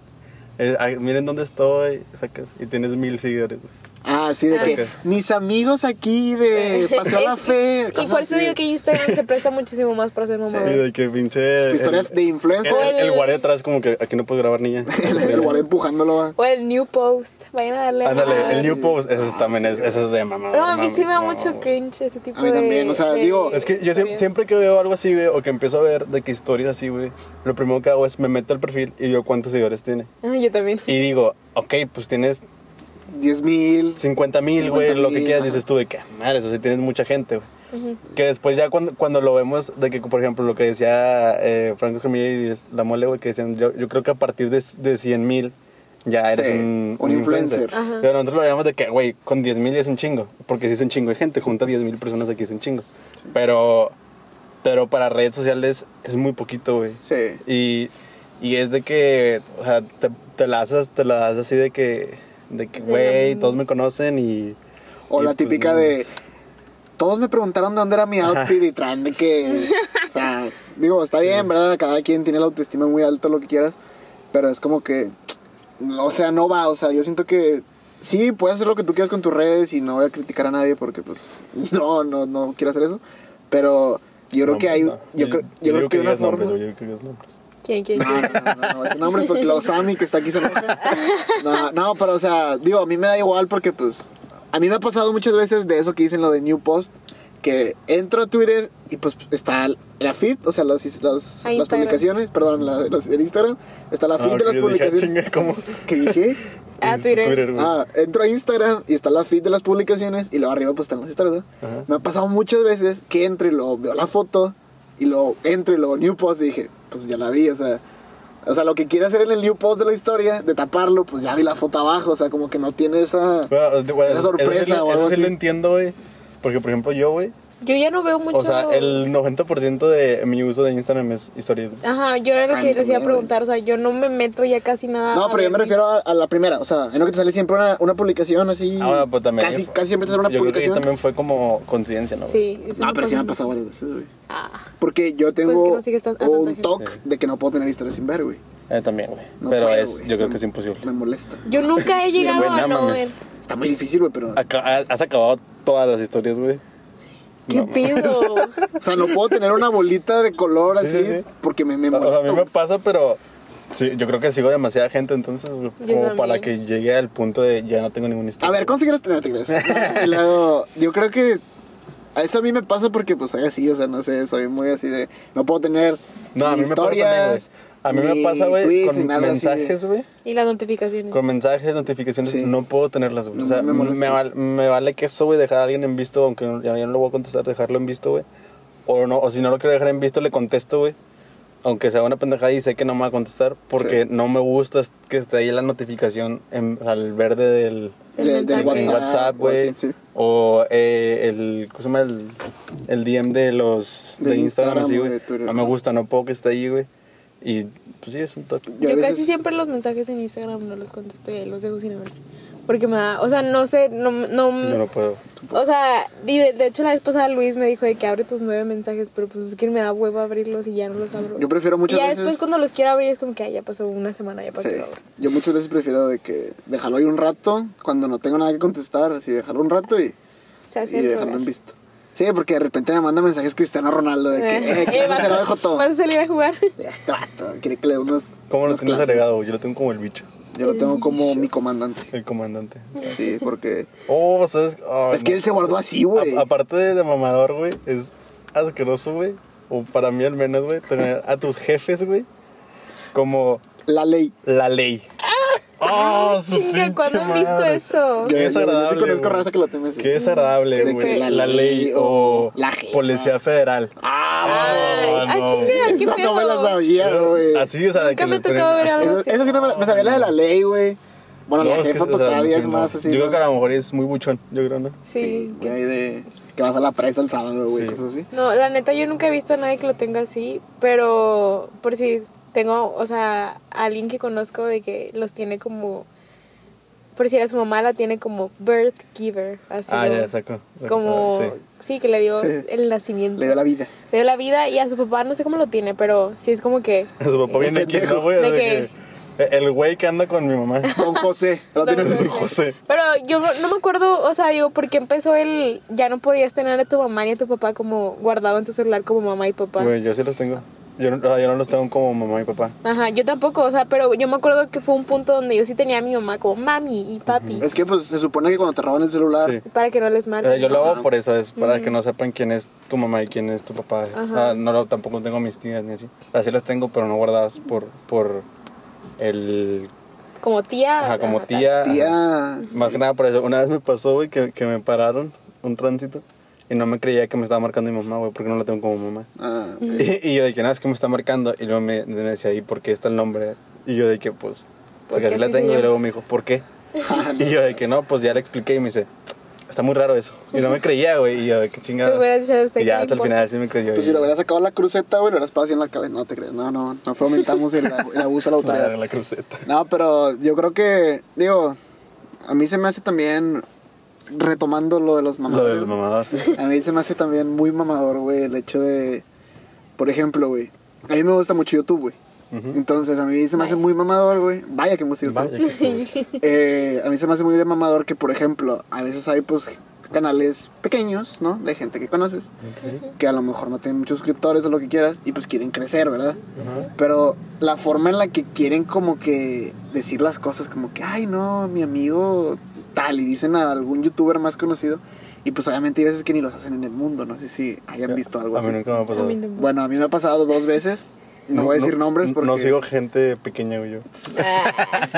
B: eh, ay, miren dónde estoy, sacas. Y tienes mil seguidores, güey.
E: Ah, sí, de
B: Ah.
E: que mis amigos aquí de Eh, Paseo a la Fe.
D: (laughs) Y
E: cosas
D: por eso
E: así.
D: digo que Instagram se presta muchísimo más para ser
B: Y
D: mamador.
B: de que pinche.
E: Historias
B: el-
E: de
B: el,
E: influencer.
B: el, el guardia atrás, como que aquí no puedes grabar,
D: (laughs)
B: niña.
E: (laughs) El, guardia empujándolo. va.
D: O el new post, vayan a darle.
B: Ándale,
D: a-
B: el
E: sí.
B: New Post, eso
E: Ah,
B: también
E: sí.
B: es, eso es de mamá.
D: No, a mí sí me da
B: no,
D: mucho
B: güey.
D: cringe ese tipo
E: A mí
D: de-
E: también, o sea,
D: de
E: digo-
B: Es que yo siem- siempre,
D: historias.
B: que veo algo así, güey, o que empiezo a ver de que historias así, güey, lo primero que hago es me meto al perfil y veo cuántos seguidores tiene.
D: Ah, (laughs) yo también.
B: Y digo, ok, pues tienes
E: 10 mil.
B: 50 mil, güey, lo que
E: 50,000,
B: quieras,
E: ajá.
B: dices tú, de que madre, eso sí tienes mucha gente, güey. Que después ya cuando, cuando lo vemos, de que, por ejemplo, lo que decía eh, Franco Camilla y es- La Mole, güey, que decían, yo, yo creo que a partir de, de 100 mil ya eres
E: Sí,
B: un,
E: un influencer.
D: Ajá.
B: Pero nosotros lo veíamos de que, güey, con 10 mil es un chingo, porque sí es un chingo de gente, junta 10 mil personas aquí es un chingo. Pero, pero para redes sociales es muy poquito, güey.
E: Sí.
B: Y, y es de que, o sea, te, te la haces, te la das así de que, de que, güey, todos me conocen y...
E: O
B: y
E: la
B: pues,
E: típica
B: no,
E: de.
B: es-
E: Todos me preguntaron dónde era mi outfit y traen de que. O sea, digo, está bien, ¿verdad? Cada quien tiene la autoestima muy alto, lo que quieras. Pero es como que. O sea, no va. O sea, yo siento que. Sí, puedes hacer lo que tú quieras (laughs) con tus redes y no voy a criticar a nadie porque, pues. No, no, no quiero hacer eso. Pero Yo creo que hay.
B: No,
E: Yo, creo, yo creo
B: digo
E: que, hay una
B: digas
E: forma.
B: nombres, güey, yo creo que es nombres.
D: ¿Quién, quién?
E: No, no, no, no, es un hombre porque lo Sammy que está aquí se enoja. No, no, pero o sea, digo, a mí me da igual porque pues a mí me ha pasado muchas veces de eso que dicen lo de New Post, que entro a Twitter y pues está la feed, o sea, los, los-
D: A
E: las
D: Instagram.
E: publicaciones, perdón, la, los- el Instagram, está la feed
B: Ah,
E: de las
B: ok, yo dije, ah,
E: publicaciones.
B: chinga, ¿cómo?
E: ¿Qué dije?
D: Ah,
B: Este,
D: Twitter.
B: güey.
E: Ah, entro a Instagram y está la feed de las publicaciones y luego arriba pues están las historias. ¿no?
B: Ajá.
E: Me ha pasado muchas veces que entro y luego veo la foto y luego entro y luego new post y dije, pues ya la vi, o sea, o sea, lo que quiere hacer en el new post de la historia, de taparlo, pues ya vi la foto abajo, o sea, como que no tiene esa...
B: Bueno, de- bueno,
E: Esa
B: eso- eso sí
E: sorpresa
B: lo-
E: o
B: Eso
E: algo
B: sí lo
E: así.
B: entiendo, güey. Porque, por ejemplo, yo, güey.
D: Yo ya no veo mucho.
B: O sea, el 90% de mi uso de Instagram es historias. güey.
D: Ajá, yo era lo
E: Ah,
D: que
E: no,
D: les iba a
E: güey.
D: preguntar. O sea, yo no me meto ya casi
B: Ah,
D: nada.
E: No,
D: a
E: pero yo me
D: ver-
E: refiero a, a la primera, o sea, en lo que te sale siempre una, una publicación así...
B: Ah, bueno, pues también.
E: Casi, casi siempre te sale una
B: yo creo que ahí
E: publicación.
B: también fue como coincidencia, ¿no? güey?
D: Sí, eso
E: No, pero sí me ha
D: pasa.
E: pasado varias veces, güey.
D: Ah,
E: Porque
B: Pues,
E: yo tengo
D: que no sigues tan- ah, no,
E: un
D: déjame.
E: toque de que no puedo tener historias sin ver, güey.
B: Eh, también, güey.
E: No
B: pero
E: puedo,
B: es,
E: güey.
B: yo creo
E: Me-
B: que es imposible.
E: Me molesta.
D: yo nunca
E: (laughs)
D: he llegado
B: Güey,
D: a
B: no
D: no ver.
B: mames.
E: Está muy difícil, güey, pero...
B: Aca- ha- has acabado todas las historias, güey.
D: ¿Qué
B: No,
D: pido?
E: (laughs) O sea, no puedo tener una bolita de color
B: Sí,
E: así
B: sí, sí.
E: porque me, me
B: O sea, a mí
E: molesta.
B: me pasa, pero sí, yo creo que sigo demasiada gente, entonces, güey,
D: Yo
B: como
D: también.
B: para que llegue al punto de ya no tengo ningún historia.
E: A ver, ¿consigues tener te creas. Y luego, yo creo que a eso a mí me pasa porque pues soy así, o sea, no sé, soy muy así de no puedo tener
B: No, a
E: ni
B: mí me pasa también, güey. A mí me
E: ni
B: pasa, güey,
E: tweets, ni
B: con
E: nada así de-
B: mensajes, güey.
D: y las notificaciones.
B: Con mensajes, notificaciones,
E: Sí.
B: no puedo tenerlas, güey.
E: No,
B: o sea,
E: me
B: me,
E: molesta.
B: val- me vale que eso, güey, dejar a alguien en visto, aunque no- ya, ya no lo voy a contestar, dejarlo en visto, güey. O, no, o si no lo quiero dejar en visto, le contesto, güey. Aunque sea una pendejada y sé que no me va a contestar, porque
E: Sí.
B: no me gusta es- que esté ahí la notificación en, al verde del
E: de-
D: Del
E: del
D: mensaje.
B: en
E: WhatsApp,
B: WhatsApp,
E: o así,
B: güey.
E: sí.
B: O eh, el, ¿cómo se llama? El, el DM de los de,
E: De
B: Instagram,
E: Instagram
B: así,
E: o de
B: güey.
E: Twitter.
B: No me gusta, no puedo que esté ahí, güey. Y pues sí, es un toque.
E: Yo
D: Yo,
E: a veces-
D: casi siempre los mensajes en Instagram no los contesto y ahí los dejo sin hablar. Porque me da, o sea, no sé, no, no,
B: Yo no puedo.
D: o sea, y de, de hecho la vez pasada Luis me dijo de que abre tus nueve mensajes, pero pues es que me da huevo abrirlos y ya no los abro.
E: Yo prefiero muchas
D: y ya
E: veces.
D: después cuando los quiero abrir es como que "Ay, ya pasó una semana, ya pasó.
E: Sí. Yo muchas veces prefiero de que dejarlo ahí un rato cuando no tengo nada que contestar, así dejarlo un rato y,
D: Se hace
E: y
D: el
E: dejarlo en
D: rogar.
E: visto. Sí, porque de repente me manda mensajes Cristiano Ronaldo de que, (laughs)
D: (laughs)
E: eh, ¿qué
D: Eh,
E: vas a
D: vas,
E: hacer?
D: a-
E: Dejo todo.
D: vas a salir a
E: (laughs)
D: jugar. (laughs)
E: Ya está, vato, quiere que le dé unos.
B: ¿Cómo lo
E: unas
B: tienes
E: clases.
B: agregado? güey? Yo lo tengo como el bicho,
E: Yo lo tengo como mi comandante.
B: el comandante.
E: Sí,
B: (laughs)
E: porque.
B: Oh, ¿sabes? Ay,
E: es que
B: no.
E: él se guardó así, güey.
B: A- aparte de, de mamador, güey, es asqueroso, güey. O para mí al menos, güey, tener a tus jefes, güey, como
E: La ley.
B: la ley.
E: Ah,
B: ¡Oh, su
D: Chinga,
B: pinche
D: ¿cuándo han visto
B: madre!
D: eso?
B: Qué
E: Yo- yo- yo sí
B: desagradable.
E: conozco
B: güey.
E: raza que lo tiene así.
B: Qué desagradable,
E: De que
B: güey.
E: la
B: La,
E: ley
B: ley
E: o
B: o
E: la jefa.
B: policía federal.
D: Ay,
B: Ah,
D: ah,
B: no,
D: chinga,
B: güey.
D: qué
E: Esa no me la
D: pedo.
E: sabía, güey.
B: Así, o sea, de
D: Nunca
B: que
D: me
B: le ponen-
D: tocó ver
B: así-
D: algo
E: Esa,
D: así.
E: esa sí no me, la- me sabía la de la ley, güey. Bueno,
B: No,
E: la
B: es que,
E: jefa,
B: o
E: pues
B: sea,
E: todavía
B: sí,
E: es
B: no.
E: más así.
B: Yo creo
E: más-
B: que a lo mejor es muy buchón, yo creo, ¿no?
D: Sí. que-
E: güey, de que vas a la presa el sábado, güey,
B: Sí.
E: cosas así.
D: No, la neta yo nunca he visto a nadie que lo tenga así, pero por si tengo, o sea, a alguien que conozco de que los tiene como, por si era su mamá, la tiene como birth giver, así.
B: Ah,
D: ¿no?
B: ya, saco.
D: Como,
B: Sí.
D: sí. que le dio
E: Sí.
D: el nacimiento.
E: Le dio la
D: (laughs)
E: vida.
D: Le dio la vida y a su papá no sé cómo lo tiene, pero sí es como que...
B: Su papá viene aquí, ¿no, güey?
D: ¿De
B: Así que El güey que anda con mi mamá.
E: Don José. Lo
D: Don
E: tienes
D: José.
B: José.
D: Pero yo no me acuerdo, o sea, digo, porque empezó el... Ya no podías tener a tu mamá ni a tu papá como guardado en tu celular como mamá y papá.
B: Güey, yo sí los tengo. Yo no, o sea, yo no los tengo como mamá y papá.
D: Ajá, yo tampoco, o sea, pero yo me acuerdo que fue un punto donde yo sí tenía a mi mamá como mami y papi
E: Es que, pues, se supone que cuando te roban el celular.
B: Sí.
D: para que no les marquen.
B: Eh, yo lo
E: Ajá.
B: hago por eso, es para que no sepan quién es tu mamá y quién es tu papá.
D: Ajá.
B: Ah, no, lo- tampoco tengo mis tías ni así. Así las tengo, pero no guardadas por, por el...
D: Como tía.
B: Ajá, como
D: ajá,
B: tía. ajá.
E: Tía.
B: Más que nada por eso. Una vez me pasó, güey, que, que me pararon un tránsito y no me creía que me estaba marcando mi mamá, güey, porque no la tengo como mamá.
E: Ah,
B: (laughs) Y, y yo de que nada, es que me está marcando. Y luego me, me decía, ¿y por qué está el nombre? Y yo de que, pues,
D: Porque
B: porque así la
D: así se
B: tengo. Y
D: llama.
B: luego me dijo, ¿por qué?
E: ah,
B: Y yo de que no, pues ya le expliqué y me dice, está muy raro eso. Y no me creía, güey. Y yo de que
D: Te
B: chingada.
D: hubieras este dicho, "¿Usted
B: Y
D: qué
B: ya
D: le
B: hasta el
D: importa?".
B: final sí me creyó.
E: Pues
B: y-
E: si le hubieras sacado la cruceta, güey, lo hubieras pasado así en la cabeza. No te creas, no, no, no fomentamos el, el abuso a la
B: Madre,
E: autoridad. (laughs)
B: la cruceta.
E: No, pero yo creo que, digo, a mí se me hace también, retomando lo de los
B: Lo
E: mamadores.
B: del mamador, sí.
E: A mí se me hace también muy mamador, güey, el hecho de, por ejemplo, güey, a mí me gusta mucho YouTube, güey. Entonces, a mí se me hace muy mamador, güey. Vaya que me gusta YouTube.
D: (laughs)
B: Vaya, qué triste.
E: Eh, a mí se me hace muy de mamador que, por ejemplo, a veces hay, pues, canales pequeños, ¿no? De gente que conoces, que a lo mejor no tienen muchos suscriptores o lo que quieras, y pues quieren crecer, ¿verdad?
A: Ajá.
E: Pero la forma en la que quieren como que decir las cosas, como que, ay, no, mi amigo tal, y dicen a algún youtuber más conocido, y pues obviamente hay veces que ni los hacen en el mundo, no sé si hayan visto algo
B: A mí
E: así.
B: nunca me ha pasado.
D: mí no.
E: Bueno, a mí me ha pasado dos veces, no, voy a decir nombres porque...
B: No sigo gente pequeña, güey. Yo.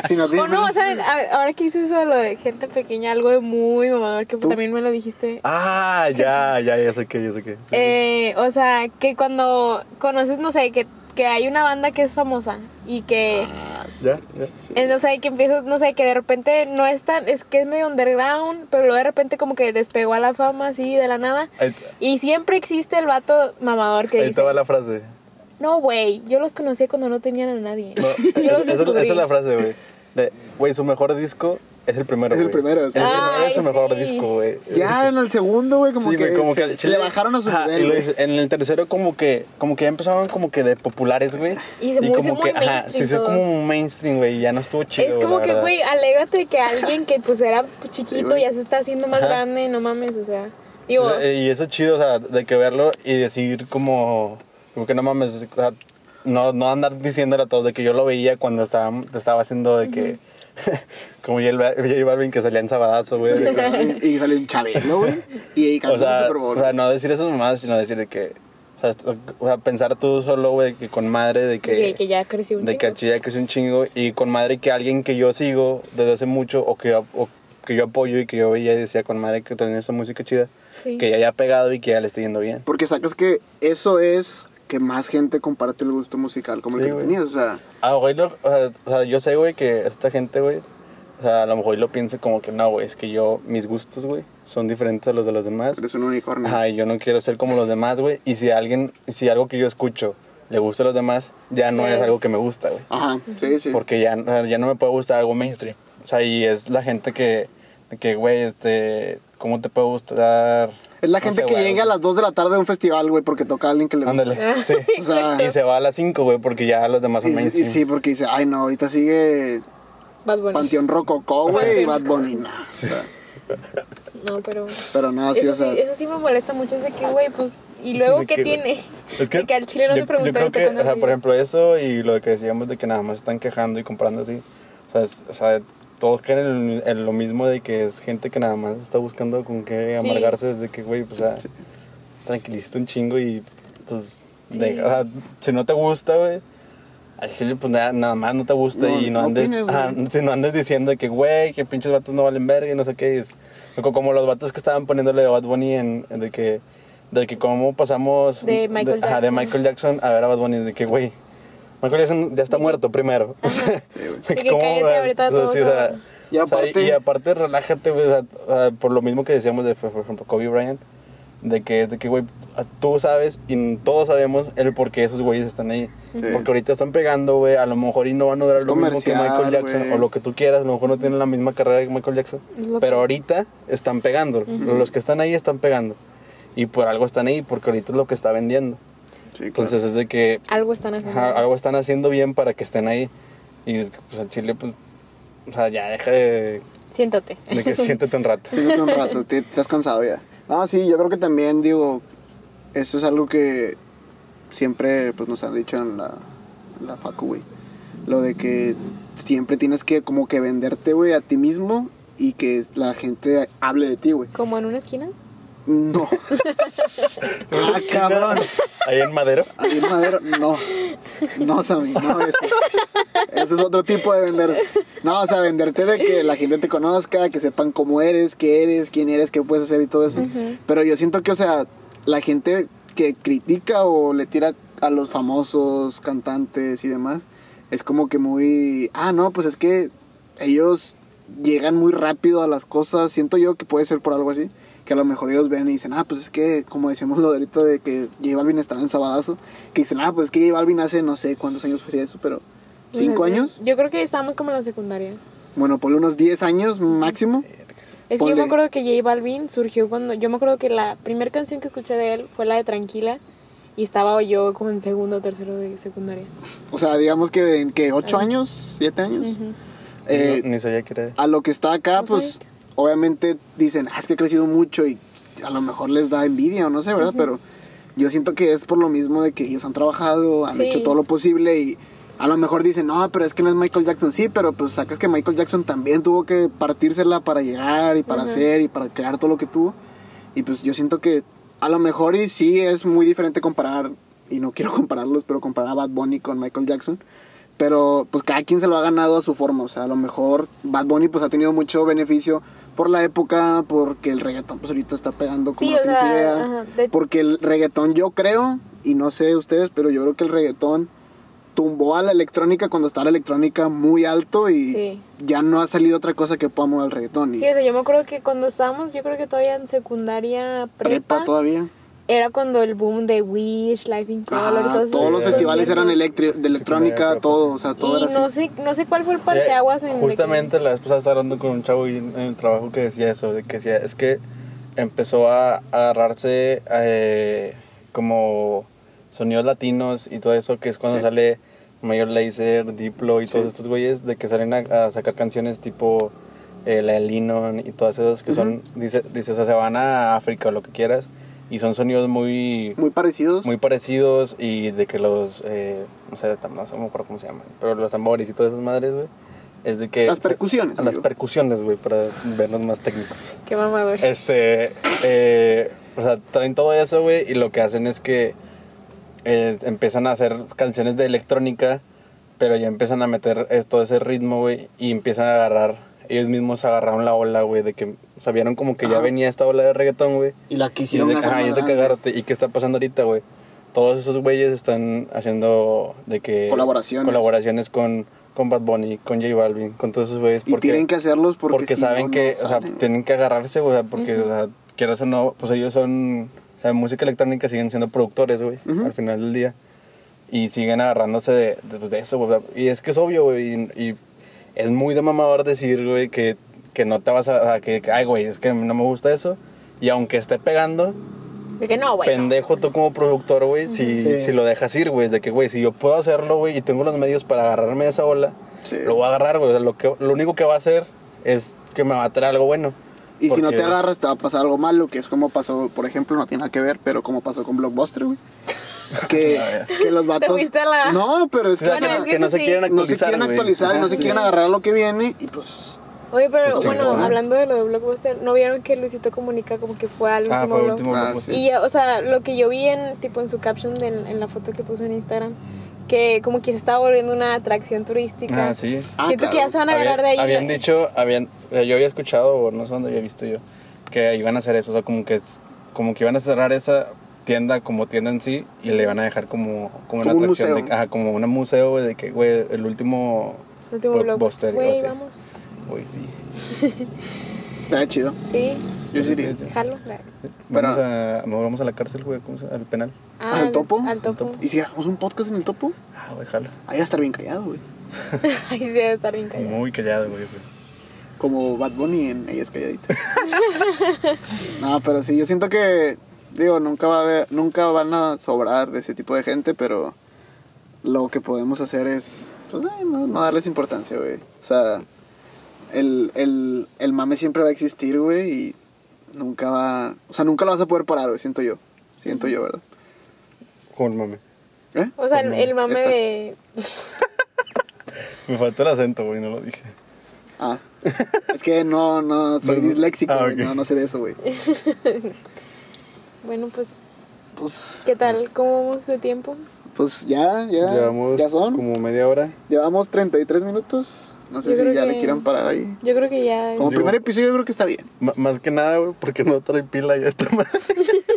E: Si no,
D: (laughs) O no, ¿saben? A- Ahora que hice eso de lo de gente pequeña, algo de muy mamador que
E: ¿Tú?
D: también me lo dijiste.
B: Ah, ya, ya, ya sé qué, ya sé qué. Sí.
D: Eh, o sea, que cuando conoces, no sé, que, que hay una banda que es famosa y que,
B: Ah. ya, ya.
D: eh, no sé, que empiezas, no sé, que de repente no es tan, es que es medio underground, pero luego de repente como que despegó a la fama así de la nada.
B: Ahí,
D: Y siempre existe el vato mamador que
B: ahí
D: dice,
B: te va la frase.
D: no, güey, yo los conocí cuando no tenían a nadie.
B: No,
D: (laughs) yo los
B: esa, esa
D: descubrí.
B: es la frase, güey. De, Güey, su mejor disco es el primero.
E: Es el
B: güey.
E: primero,
B: El
E: sí.
B: primero es su
D: Ay,
B: mejor
D: sí.
B: disco, güey.
E: Ya en el segundo, güey, como
B: Sí,
E: que,
B: güey, como
E: se-
B: que al
E: se le bajaron a su
B: Ajá, y
E: nivel.
B: lo
E: güey.
B: hice- en el tercero como que como que ya empezaron como que de populares, güey.
D: Y se me hizo
B: como
D: muy
B: que ajá,
D: mainstream
B: se hizo
D: todo.
B: como mainstream, güey, y ya no estuvo chido.
D: es como
B: la
D: que,
B: verdad.
D: güey, alégrate de que alguien que pues era chiquito
E: güey.
D: ya se está haciendo más
B: Ajá.
D: grande, no mames, o sea.
B: Sí, eh,
D: Digo,
B: o sea, y eso es chido, o sea, de que verlo y decir como como que no mames, o sea, no, no andar diciéndole a todos de que yo lo veía cuando estaba estaba haciendo de que (laughs) como J Bal- J Balvin que salía en Sabadazo, güey. de que-
E: y salió en Chabelo, güey. Y (laughs) ahí cantó
B: O sea,
E: el Super Bowl.
B: o sea, no decir esas mamadas, sino decir de que. O sea, est- o sea, pensar tú solo, güey, que con madre de que.
D: que, que ya creció un
B: de que
D: chingo.
B: chilla que es un chingo. Y con madre que alguien que yo sigo desde hace mucho o que yo, o que yo apoyo y que yo veía y decía con madre que tenía esa música chida.
D: Sí.
B: Que ya haya pegado y que ya le esté yendo bien.
E: Porque sacas que eso es que más gente comparte el gusto musical como el
B: Sí,
E: que tú
B: güey.
E: tenías. O sea,
B: Ah, güey, lo- o, sea, o sea, yo sé, güey, que esta gente, güey. O sea, a lo mejor lo piense como que no, güey, es que yo, mis gustos, güey, son diferentes a los de los demás.
E: eres un unicornio.
B: Ajá, y yo no quiero ser como los demás, güey. Y si alguien, si algo que yo escucho le gusta a los demás, ya no
D: Pues-
B: es algo que me gusta, güey.
E: Ajá, sí, sí.
B: Porque ya, o sea, ya no me puede gustar algo mainstream. O sea, y es la gente que, de que güey, este, ¿cómo te puede gustar?
E: es la gente que llega a las 2 de la tarde a un festival, güey, porque toca a alguien que le gusta.
B: Ándale, sí.
E: O (laughs) sea,
B: Y se va a las 5, güey, porque ya los demás
E: y,
B: son
E: y
B: mainstream.
E: sí, porque dice, ay, no, ahorita sigue
D: (laughs) Bad Bunny.
E: Panteón Rococó, güey, y Bad Bunny. no. O sea,
D: No, pero.
E: pero no, Ah, sí,
D: eso,
E: o sea.
D: sí, eso sí me molesta mucho, es de que, güey, pues. ¿Y luego
B: De
D: qué
B: que,
D: tiene?
B: (laughs) Es
D: De que al chile no
B: yo-
D: te preguntaron
B: Yo creo que, o sea, por ejemplo, eso y lo que decíamos de que nada más están quejando y comprando así. O sea, es- o sea, todos caen en, en lo mismo de que es gente que nada más está buscando con qué
D: Sí.
B: amargarse desde que, güey, pues, o sea, tranquilízate un chingo y, pues, deja- o sea, si no te gusta, güey. Al chile, pues nada, nada más no te gusta
E: No,
B: y no,
E: no
B: andes,
E: opines, güey.
B: ajá, si no andes diciendo que, güey, que pinches vatos no valen verga y no sé qué. Es, co- como los vatos que estaban poniéndole a Bad Bunny en, en de que, de que cómo pasamos
D: De Michael
B: ajá, de
D: Jackson.
B: Michael Jackson a ver a Bad Bunny, de que, güey, Michael Jackson ya está muerto primero. (laughs) O sea,
D: De que cállate,
B: güey?
D: ahorita
B: O sea,
D: todos
B: sí, o sea,
D: son-
E: Y
B: o sea,
E: aparte-
B: y aparte, relájate, güey, o sea, o sea, por lo mismo que decíamos de, por ejemplo, Kobe Bryant, de que, de que, güey, tú sabes y todos sabemos el por qué esos güeyes están ahí.
E: Sí.
B: Porque ahorita están pegando, güey, a lo mejor y no van a durar
E: Es
B: lo mismo que
E: comercial,
B: Michael Jackson
E: güey.
B: o lo que tú quieras, a lo mejor no tienen la misma carrera que Michael Jackson,
D: Es lo que-
B: pero ahorita están pegando, los que están ahí están pegando. Y por algo están ahí, porque ahorita es lo que está vendiendo.
E: Sí, claro.
B: Entonces es de que
D: Algo están haciendo.
B: Ajá, algo están haciendo bien para que estén ahí. Y pues al chile, pues, o sea, ya deja de,
D: Siéntate.
B: (laughs) de que siéntete un rato.
E: Sí, creo que un rato, te, te has cansado ya. No, sí, yo creo que también, digo, eso es algo que siempre pues, nos han dicho en la, en la facu, güey. Lo de que siempre tienes que como que venderte, güey, a ti mismo y que la gente hable de ti, güey.
D: (laughs) Como en una esquina.
E: No. ah, (laughs) cabrón.
B: Ahí en Madero.
E: Ahí en Madero, no. No, Sammy, no eso. Eso es otro tipo de venderse. No, o sea, venderte de que la gente te conozca, que sepan cómo eres, qué eres, quién eres, qué puedes hacer y todo eso. Pero yo siento que, o sea, la gente que critica o le tira a los famosos cantantes y demás, es como que muy... Ah, no, pues es que ellos llegan muy rápido a las cosas. Siento yo que puede ser por algo así. Que a lo mejor ellos ven y dicen, ah, pues es que, como decíamos lo de ahorita de que J Balvin estaba en Sabadazo, que dicen, ah, pues es que J Balvin hace no sé cuántos años fue eso, pero ¿cinco
D: O sea,
E: años?
D: Yo creo que estábamos como en la secundaria.
E: Bueno, por unos 10 años máximo.
D: Es que yo
E: Ponle.
D: me acuerdo que J Balvin surgió cuando. Yo me acuerdo que la primera canción que escuché de él fue la de Tranquila. Y estaba yo como en segundo o tercero de secundaria.
E: O sea, digamos que en que 8 años, 7 años.
D: Ujú.
E: Eh,
B: No, ni sabía que era.
E: a lo que está acá,
D: No
E: pues
D: sabía.
E: obviamente dicen, "Ah, es que ha crecido mucho y a lo mejor les da envidia o no sé, ¿verdad? Pero yo siento que es por lo mismo de que ellos han trabajado, han
D: Sí.
E: hecho todo lo posible y a lo mejor dicen, no, pero es que no es Michael Jackson, sí, pero pues sacas que Michael Jackson también tuvo que partírsela para llegar y para hacer y para crear todo lo que tuvo. Y pues yo siento que a lo mejor y sí es muy diferente comparar, y no (laughs) quiero compararlos, pero comparar a Bad Bunny con Michael Jackson. Pero pues cada quien se lo ha ganado a su forma. O sea, a lo mejor Bad Bunny pues ha tenido mucho beneficio por la época, porque el reggaetón pues ahorita está pegando como
D: Sí,
E: no
D: o
E: tienes
D: sea,
E: idea.
D: ajá, de-
E: Porque el reggaetón yo creo, y no sé ustedes, pero yo creo que el reggaetón tumbó a la electrónica cuando estaba la electrónica muy alto y
D: Sí.
E: ya no ha salido otra cosa que pueda mover el reggaetón. Y
D: Sí, o sea, yo me acuerdo que cuando estábamos, yo creo que todavía en secundaria prepa,
E: prepa todavía.
D: era cuando el boom de Wish, Life in Color,
E: Ajá,
D: todos,
E: Ah, todos
D: esos
E: los festivales eran
D: conciertos.
E: electri- de electrónica,
A: prepa,
E: todo,
A: sí.
E: o sea, todo
D: Y
E: era
D: no
E: así.
D: sé, no sé cuál fue el parteaguas en de que-
B: Eh, Justamente la vez pasada estaba hablando con un chavo y en el trabajo que decía eso, de que decía, es que empezó a agarrarse eh, como sonidos latinos y todo eso, que es cuando
E: Sí.
B: sale Mayor Lazer, Diplo y
E: Sí.
B: todos estos güeyes, de que salen a, a sacar canciones tipo eh, la de Lennon y todas esas que son, dice, dice, o sea, se van a África o lo que quieras, y son sonidos muy
E: Muy parecidos.
B: muy parecidos y de que los, eh, no sé, tam- no sé me acuerdo cómo se llaman, pero los tambores y todas esas madres, güey, es de que...
E: Las percusiones,
B: Las
E: amigo.
B: percusiones, güey, para vernos más técnicos.
D: Qué mamador.
B: Este, eh, o sea, traen todo eso, güey, y lo que hacen es que eh, empiezan a hacer canciones de electrónica, pero ya empiezan a meter eh, todo ese ritmo, güey, y empiezan a agarrar, ellos mismos agarraron la ola, güey, de que, o sea, vieron como que ya
E: Ajá.
B: venía esta ola de reggaetón, güey,
E: y la
B: y es
E: quisieron
B: de,
E: hacer
B: ajá,
E: más
B: y es de
E: grande.
B: cagarte. ¿Y qué está pasando ahorita, güey? Todos esos güeyes están haciendo de que...
E: Colaboraciones.
B: Colaboraciones con, con Bad Bunny, con J Balvin, con todos esos güeyes.
E: Y tienen que hacerlos porque,
B: Porque,
E: si
B: saben
E: no,
B: que...
E: no
B: o sea,
E: salen.
B: tienen que agarrarse, güey. o sea, Porque, o sea, quieras o no, pues ellos son... O sea, en música electrónica siguen siendo productores, güey.
E: Ujú.
B: Al final del día. Y siguen agarrándose de, de- pues, de eso, güey. o sea, Y es que es obvio, güey. Y, y es muy de mamador decir, güey, que, que no te vas a... o sea, que, que, ay, güey, es que no me gusta eso. Y aunque esté pegando,
D: De que no, güey. no.
B: pendejo tú como productor, güey, si,
E: Sí.
B: si lo dejas ir, güey. Es De que, güey, si yo puedo hacerlo, güey, y tengo los medios para agarrarme de esa ola,
E: Sí.
B: lo voy a agarrar, güey. O sea, lo, que, lo único que va a hacer es que me va a traer algo bueno.
E: Y si no te
B: Porque-
E: agarras, te va a pasar algo malo, que es como pasó, por ejemplo, no tiene nada que ver, pero como pasó con Blockbuster, (laughs) güey. Que, que los vatos.
D: fuiste a la-
E: No, pero es que,
B: O sea,
D: Bueno,
B: que,
D: es que
B: que no
D: eso
B: se
D: sí.
B: quieren
E: no se
B: actualizar,
E: quieren
B: güey.
E: actualizar, no se
B: Sí.
E: quieren agarrar lo que viene y pues.
D: Oye, pero
E: Pues sí,
D: bueno,
E: ¿verdad?
D: hablando de lo de Blockbuster, ¿no vieron que Luisito Comunica como que fue al último
B: Ah, fue el
D: blog?
B: último.
E: Ah,
B: pues,
E: sí.
D: Y, o sea, lo que yo vi en, tipo, en su caption de- en la foto que puso en Instagram, que como que se estaba volviendo una atracción turística.
B: Ah, sí.
E: Ah,
D: Siento que
E: claro.
D: ya se van a agarrar
B: Habían-
D: de ahí.
B: Habían dicho, habían, eh, yo había escuchado, o no sé dónde había visto yo, que iban a hacer eso, o sea, como que, es- como que iban a cerrar esa tienda como tienda en sí y le iban a dejar como, como una
E: Como un
B: atracción,
E: museo.
B: de, ajá, como un museo, güey, de que, güey, el último...
D: El último Blockbuster.
B: Blockbuster,
D: Güey,
B: o sea.
D: vamos.
B: Güey, sí.
E: Está chido.
D: Sí,
E: Yo sí iría.
B: Vamos
D: jalo.
E: Pero-
B: a, a lo mejor vamos a la cárcel, güey, ¿cómo se llama? al penal.
D: Ah,
E: ¿Al topo?
D: Al topo.
E: ¿Y si hagamos un podcast en el topo?
B: Ah, güey, jala.
E: Ahí va a estar bien callado, güey.
D: (laughs) Ay, sí, debe estar bien callado.
B: Muy callado, güey. güey.
E: Como Bad Bunny en Ella es
B: (laughs)
E: calladita. no, pero sí, yo siento que, digo, nunca va a haber, nunca van a sobrar de ese tipo de gente, pero lo que podemos hacer es, pues, ay, no, no darles importancia, güey. O sea, el, el, el mame siempre va a existir, güey, y nunca va, o sea, nunca lo vas a poder parar, güey, siento yo. Siento yo, ¿verdad?
B: Con mame.
E: ¿Eh?
D: O sea, el, el mame
E: Está.
D: de...
B: Me faltó el acento, güey, no lo dije.
E: Ah. Es que no, no,
B: (laughs)
E: soy
B: No, no.
E: disléxico,
B: Ah,
E: güey.
B: ok.
E: No, no sé de eso, güey.
D: Bueno, pues,
E: Pues,
D: ¿qué tal? ¿Cómo vamos de tiempo?
E: pues ya, ya, ya son.
B: media hora.
E: Llevamos 33 minutos. No sé
D: Yo
E: si
D: creo
E: ya
D: que-
E: le quieran parar ahí.
D: Yo creo que ya es...
E: Como
B: Digo-
E: primer episodio yo creo que está bien.
B: más que nada, güey, porque no trae pila ya está mal.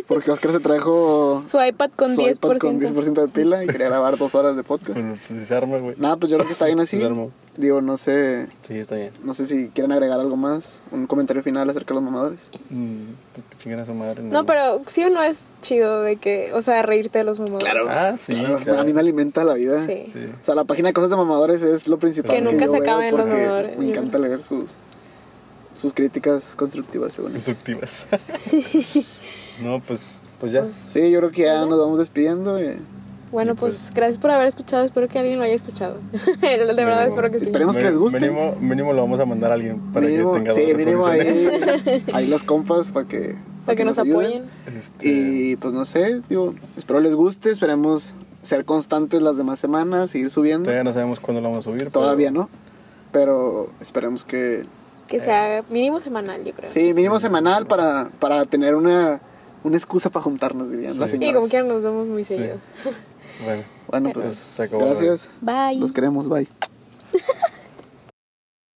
E: Porque Oscar se trajo
D: Su iPad con
E: su
D: 10%.
E: iPad con 10% de pila y quería grabar dos horas de podcast.
B: (laughs) Pues pues, se arma, güey.
E: Nada, pues yo creo que está bien
B: (laughs)
E: así.
B: Duermo.
E: Digo, no sé,
B: Sí, está bien.
E: no sé si quieren agregar algo más. Un comentario final acerca de los mamadores.
B: Mm, pues que chinguen a su madre.
D: No, pero sí o no es chido de que, o sea, reírte de los mamadores.
B: Ah, sí.
E: Claro, Ah,
B: claro.
E: A mí me alimenta la vida.
D: Sí.
B: Sí.
E: O sea, la página de cosas de mamadores es lo principal.
D: Que nunca
E: yo
D: se
E: veo
D: acaben los
E: porque
D: mamadores.
E: Me encanta leer sus, sus críticas constructivas, según eso.
D: (laughs)
B: Constructivas. (laughs) no, pues, pues ya.
D: Pues
E: Sí, yo creo que ya nos vamos despidiendo. eh.
D: Bueno,
B: Y
D: pues,
B: pues-
D: gracias por haber escuchado. Espero que alguien lo haya escuchado. (laughs) de verdad,
B: Mínimo.
D: espero que sí.
E: Esperemos que les guste.
B: Mínimo, mínimo lo vamos a mandar a alguien para
E: mínimo,
B: que tenga
E: sí,
B: dos
E: mínimo ahí,
B: reproducciones.
E: ahí los compas para que,
D: Para que nos
E: ayuden.
D: apoyen.
B: Este,
E: (laughs) Y pues no sé, digo, espero les guste, esperemos ser constantes las demás semanas, seguir subiendo.
B: Todavía no sabemos cuándo lo vamos a subir.
E: Todavía
B: pero-
E: no, pero esperemos que...
D: Que sea mínimo semanal, yo creo.
E: Sí, mínimo semanal para, para tener una, una excusa para juntarnos, dirían
B: Sí.
E: las
B: Sí,
D: Y como
E: señoras.
D: que nos vemos muy
B: Sí.
D: seguido.
B: Bueno,
E: Bueno, pues
B: pues se acabó.
E: gracias,
D: Bye.
E: los queremos, bye.